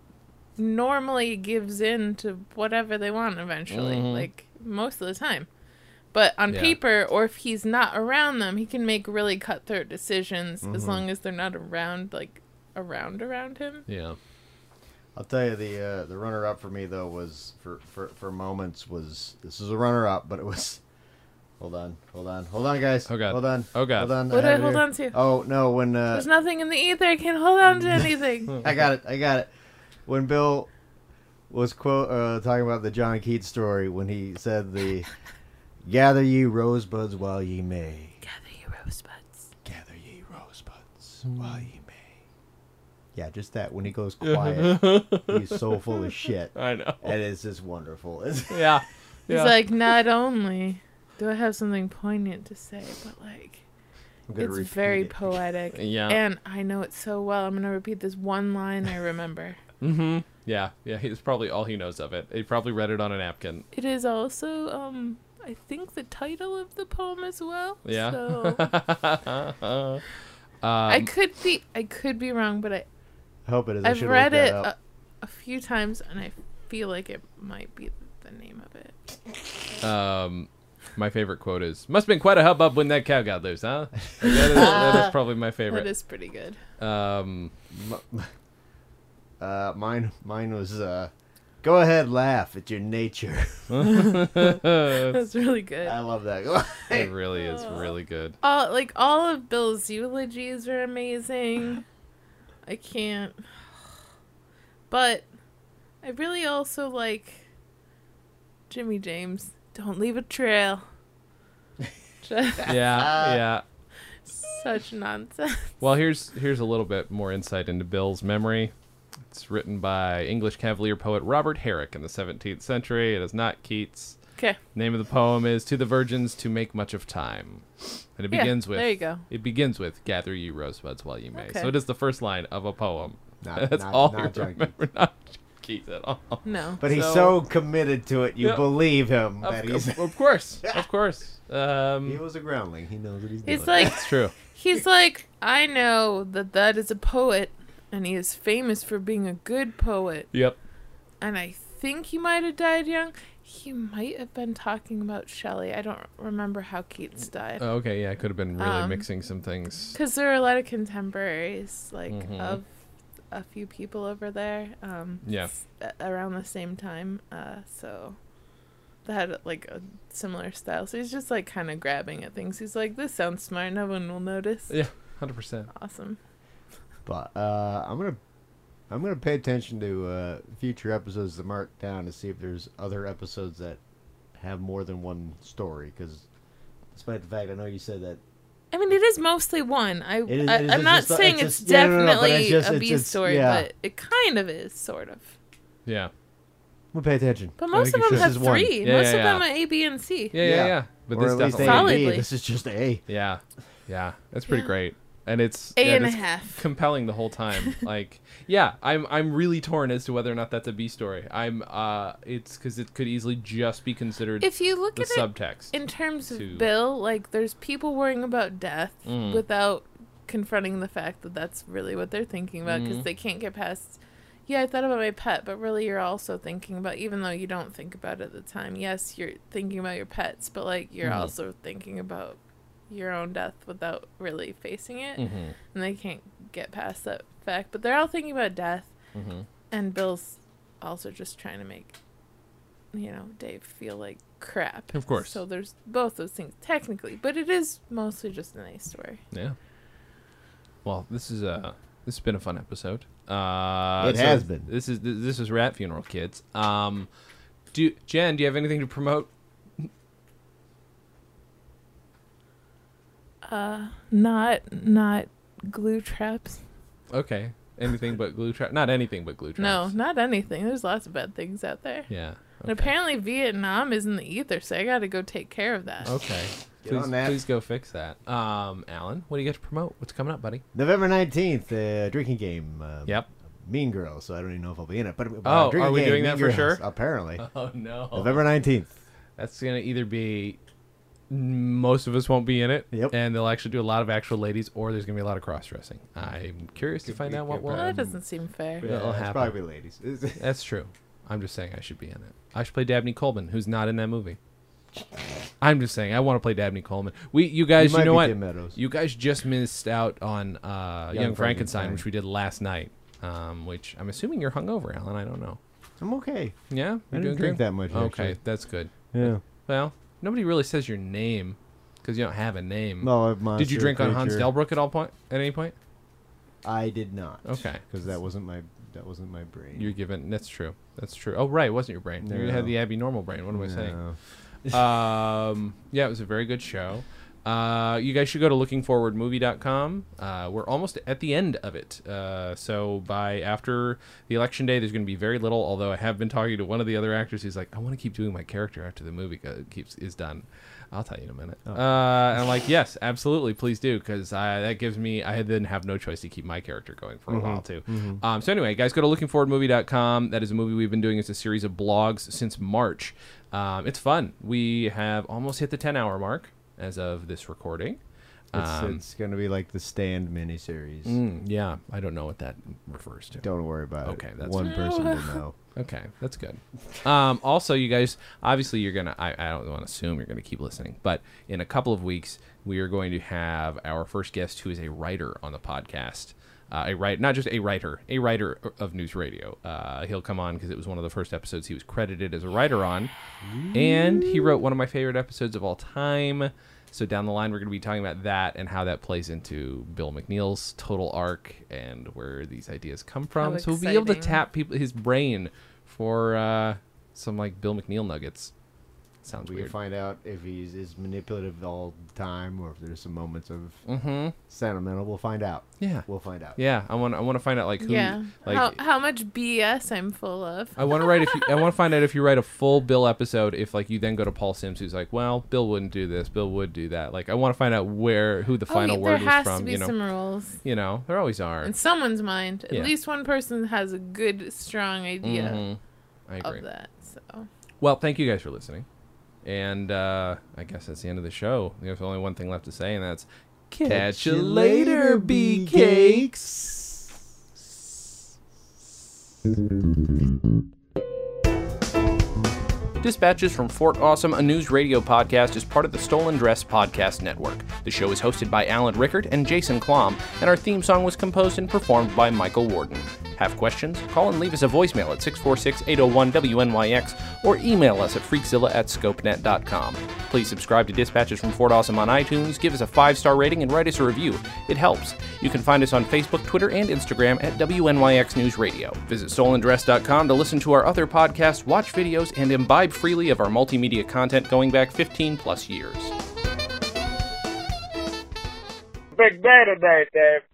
normally gives in to whatever they want eventually, Mhm. like most of the time. But on Yeah. paper, or if he's not around them, he can make really cutthroat decisions as Mm-hmm. Mhm. long as they're not around, like around around him. yeah. I'll tell you the uh, the runner up for me though was for, for for moments was this is a runner up, but it was. Hold on, hold on, hold on, guys. Oh, God. Hold on. Oh, God. Hold on. What have do I it hold here. on to? Oh no! When uh, There's nothing in the ether. I can't (laughs) hold on to anything. I got it, I got it. When Bill was quote uh, talking about the John Keats story, when he said the "Gather ye rosebuds while ye may, Gather your rosebuds. gather ye rosebuds while ye may." Mm. Yeah, just that. When he goes quiet, he's so full of shit, I know. and it's just wonderful. (laughs) It's- Yeah. He's like, not only do I have something poignant to say, but like I'm gonna it's repeat very it. poetic. (laughs) Yeah. And I know it so well. I'm gonna repeat this one line I remember. Mm-hmm. Yeah, yeah. He's probably all he knows of it. He probably read it on a napkin. (laughs) It is also, um, I think the title of the poem as well. Yeah. So (laughs) um, I could be, I could be wrong, but I, Hope it is. I I've should read look it that a, up. a few times, and I feel like it might be the name of it. um, my favorite quote is "Must have been quite a hubbub when that cow got loose, huh?" Like, that, is, (laughs) that is probably my That favorite. is pretty good. (laughs) Um, (laughs) (laughs) Uh, mine, mine was. Uh, Go ahead, laugh. It's your nature. (laughs) it That's really good. I love that. (laughs) really is really good. all like all of Bill's eulogies are amazing. I can't. But I really also like Jimmy James. Don't leave a trail. (laughs) Just Yeah, yeah. such nonsense. Well, here's here's a little bit more insight into Bill's memory. It's written by English Cavalier poet Robert Herrick in the 17th century. It is not Keats. Okay. Name of the poem is "To the Virgins to Make Much of Time," and it Yeah, begins with there you go. It begins with "Gather you rosebuds while you may." Okay. So it is the first line of a poem. (laughs) Not- That's not- all not you John remember. Not Keats at all. No. But he's So- so committed to it, you Yeah. believe (laughs) him Of, that he's. (laughs) of, of course, of course. Um, He was a groundling. He knows what he's doing. He's like it's true. he's like I know that that is a poet and he is famous for being a good poet. Yep. and I think he might have died young. He might have been talking about Shelley. I don't remember how Mm, Keats died. uh, Oh, okay. Yeah, I could have been really Um, mixing some things. Because there are a lot of contemporaries, like, Mm-hmm. Mhm. of a few people over there. Um, Yeah. s- a- around the same time. Uh, so that had, like, a similar style. So he's just, like, kind of grabbing at things. He's like, this sounds smart. No one will notice. Yeah, hundred percent. Awesome. But uh, I'm gonna, I'm gonna pay attention to uh, future episodes to mark down to see if there's other episodes that have more than one story. Because despite the fact I know you said that I mean, it is mostly one. I, It is- I it is- I'm it's not just- it's saying it's, just- yeah, no, no, no, but definitely it's just- a it's- B it's- story, yeah. but it kind of is, sort of. Yeah. we'll pay attention. But I most think of you them should. have This is one. three. Yeah, most yeah, of yeah. them are A, B, and C. Yeah, yeah, Yeah. yeah. But or this at least A definitely. and B. Solidly. This is just A. Yeah, yeah. That's pretty Yeah. great, and it's A yeah, and a it's half. compelling the whole (laughs) time. like, yeah, I'm I'm really torn as to whether or not that's a B story. I'm uh, it's because it could easily just be considered If you look the at it subtext. in terms of to- Bill, like there's people worrying about death Mm. without confronting the fact that that's really what they're thinking about Mm. because they can't get past. Yeah, I thought about my pet, but really you're also thinking about, even though you don't think about it at the time. Yes, you're thinking about your pets, but like you're Mm. also thinking about your own death without really facing it. Mm. Mm-hmm. And they can't get past that fact. But they're all thinking about death. Mm-hmm. And Bill's also just trying to make, you know, Dave feel like crap. Of course. So there's both those things technically, but it is mostly just a nice story. yeah. Well, this is uh this has been a fun episode. Uh, It has been. This is th- this is Rat Funeral Kids. Um, do Jen, do you have anything to promote? Not not glue traps. Okay, anything but glue trap. Not anything but glue No, traps. not anything. There's lots of bad things out there. Yeah. And apparently Vietnam is in the ether, so I got to go take care of that. Okay. Get Please, on that. please go fix that. Um, Alan, what do you got to promote? What's coming up, buddy? November nineteenth, uh, drinking game. Uh, Mean Girls. So I don't even know if I'll be in it. But uh, Oh, drinking are we game, doing Mean that for Girls, sure? Apparently, (laughs) Oh no. November nineteenth. That's gonna either be most of us won't be in it, Yep. and they'll actually do a lot of actual ladies, or there's gonna be a lot of cross dressing. I'm curious to find out what Well, that will. doesn't seem fair. Yeah. That'll happen. probably ladies. (laughs) That's true. I'm just saying I should be in it. I should play Dabney Coleman, who's not in that movie. I'm just saying I want to play Dabney Coleman. We, you guys, you, might know be what? Tim Meadows. You guys just missed out on uh, Young, Frankenstein, Young Frankenstein. which we did last night. Um, which I'm assuming you're hungover, Alan. I don't know. I'm okay. Yeah, you're didn't doing drink good? that much, Okay, actually. that's good. Yeah. Well, nobody really says your name because you don't have a name. No, I'm Mm. Did you drink on Hans Delbrook? Delbruck at all point? At any point? I did not. Okay. Because that wasn't my that wasn't my brain. You're given. That's true. That's true. Oh right, it wasn't your brain. You had No. the abnormal brain. What am I No. saying? Um, yeah, it was a very good show. Uh, you guys should go to lookingforwardmovie.com. Uh, we're almost at the end of it. Uh, so by after the election day, there's going to be very little. Although I have been talking to one of the other actors who's like, I want to keep doing my character after the movie go- keeps is done. I'll tell you in a minute. Uh, and I'm like, yes, absolutely, please do, because that gives me I then have no choice to keep my character going for a while too. Um, so anyway, guys, go to lookingforwardmovie.com. That is a movie we've been doing as a series of blogs since March. Um, it's fun. We have almost hit the 10 hour mark as of this recording. It's, Um, it's going to be like the Stand miniseries. mm, yeah, I don't know what that refers to. Don't worry about it. Okay, that's one fine. (laughs) person will know. Okay, that's good. Um, also, you guys, obviously, you're gonna. I, I don't want to assume you're gonna keep listening, but in a couple of weeks, we are going to have our first guest, who is a writer on the podcast. Uh, a write, not just a writer, a writer of news radio. Uh, he'll come on because it was one of the first episodes he was credited as a writer on, and he wrote one of my favorite episodes of all time. So down the line, we're going to be talking about that and how that plays into Bill McNeil's total arc and where these ideas come from. How so we'll be able to exciting. tap people his brain for uh, some like Bill McNeil nuggets. Sounds We can weird. find out if he's is manipulative all the time or if there's some moments of mm-hmm. sentimental. We'll find out. Yeah. We'll find out. Yeah, I want I want to find out like who yeah. like how, how much BS I'm full of. I want to write if you, I want to find out if you write a full Bill episode if like you then go to Paul Sims who's like, "Well, Bill wouldn't do this. Bill would do that." Like I want to find out where who the final oh, yeah, word there was has from, to be you know. some rules You know, there always are. in someone's mind. At Yeah. least one person has a good, strong idea Mhm. I agree. of that. So Well, thank you guys for listening. And uh, I guess that's the end of the show. There's only one thing left to say, and that's catch, Catch you you later, later, bee bee cakes. Dispatches from Fort Awesome, a news radio podcast, is part of the Stolen Dress Podcast Network. The show is hosted by Alan Rickard and Jason Klom, and our theme song was composed and performed by Michael Warden. Have questions? Call and leave us a voicemail at 646 801 WNYX or email us at freakzilla at scopenet.com. Please subscribe to Dispatches from Fort Awesome on iTunes, give us a five star rating, and write us a review. It helps. You can find us on Facebook, Twitter, and Instagram at WNYX News Radio. Visit solendress.com to listen to our other podcasts, watch videos, and imbibe freely of our multimedia content going back 15 plus years. Big day today, Dave.